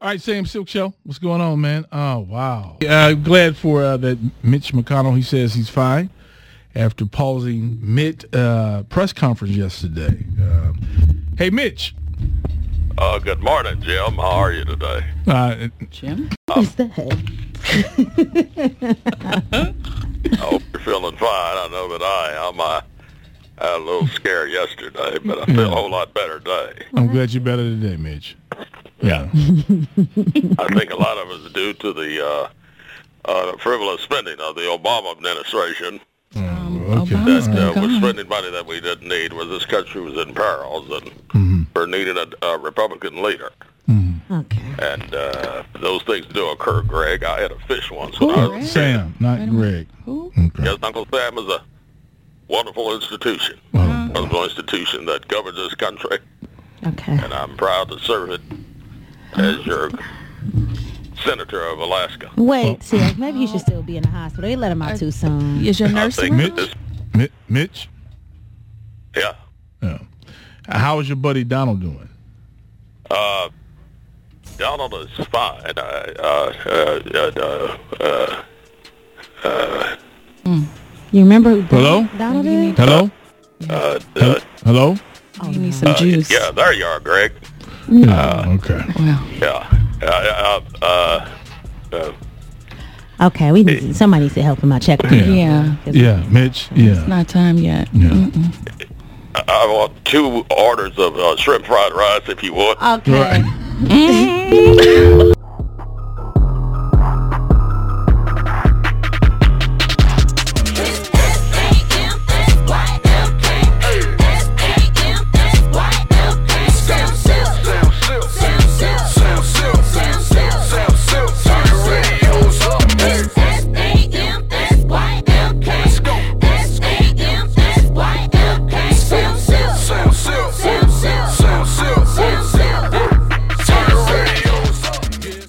All right, Sam Silk Show. What's going on, man? Oh, wow. Uh, glad for uh, that Mitch McConnell. He says he's fine after pausing mid uh, press conference yesterday. Uh, hey, Mitch. Uh, good morning, Jim. How are you today? Uh, Jim? Who's that? I hope you're feeling fine. I know that I am. I had a little scare yesterday, but I feel a whole lot better today. I'm glad you're better today, Mitch. Yeah. Um, I think a lot of it is due to the uh, uh, frivolous spending of the Obama administration. Okay. That Obama's been uh, was gone. spending money that we didn't need when this country was in perils and we're needing a, a Republican leader. Okay. And uh, those things do occur, Greg. I had a fish once. When I Cool. was, Uh, Sam, not Greg. Who? Okay. yes, Uncle Sam is a wonderful institution. Wow. wonderful institution that governs this country, Okay. and I'm proud to serve it as your senator of Alaska. Wait, see, maybe he should still be in the hospital. They let him out too soon. Is your I nurse think that around? this, Mi- Mitch, yeah, yeah. how is your buddy Donald doing? Donald is fine. I, uh, uh, uh, uh, You remember who Hello? Donald is? Hello? uh, uh, Hello? you need some Uh, juice. yeah, there you are, Greg. Yeah. Okay. Wow. Yeah, uh, uh, uh, uh, Okay, we need somebody needs to help him out. Check on him. Yeah. Yeah, Mitch. It's Yeah. not time yet. Yeah. I want two orders of uh, shrimp fried rice, if you would. Okay.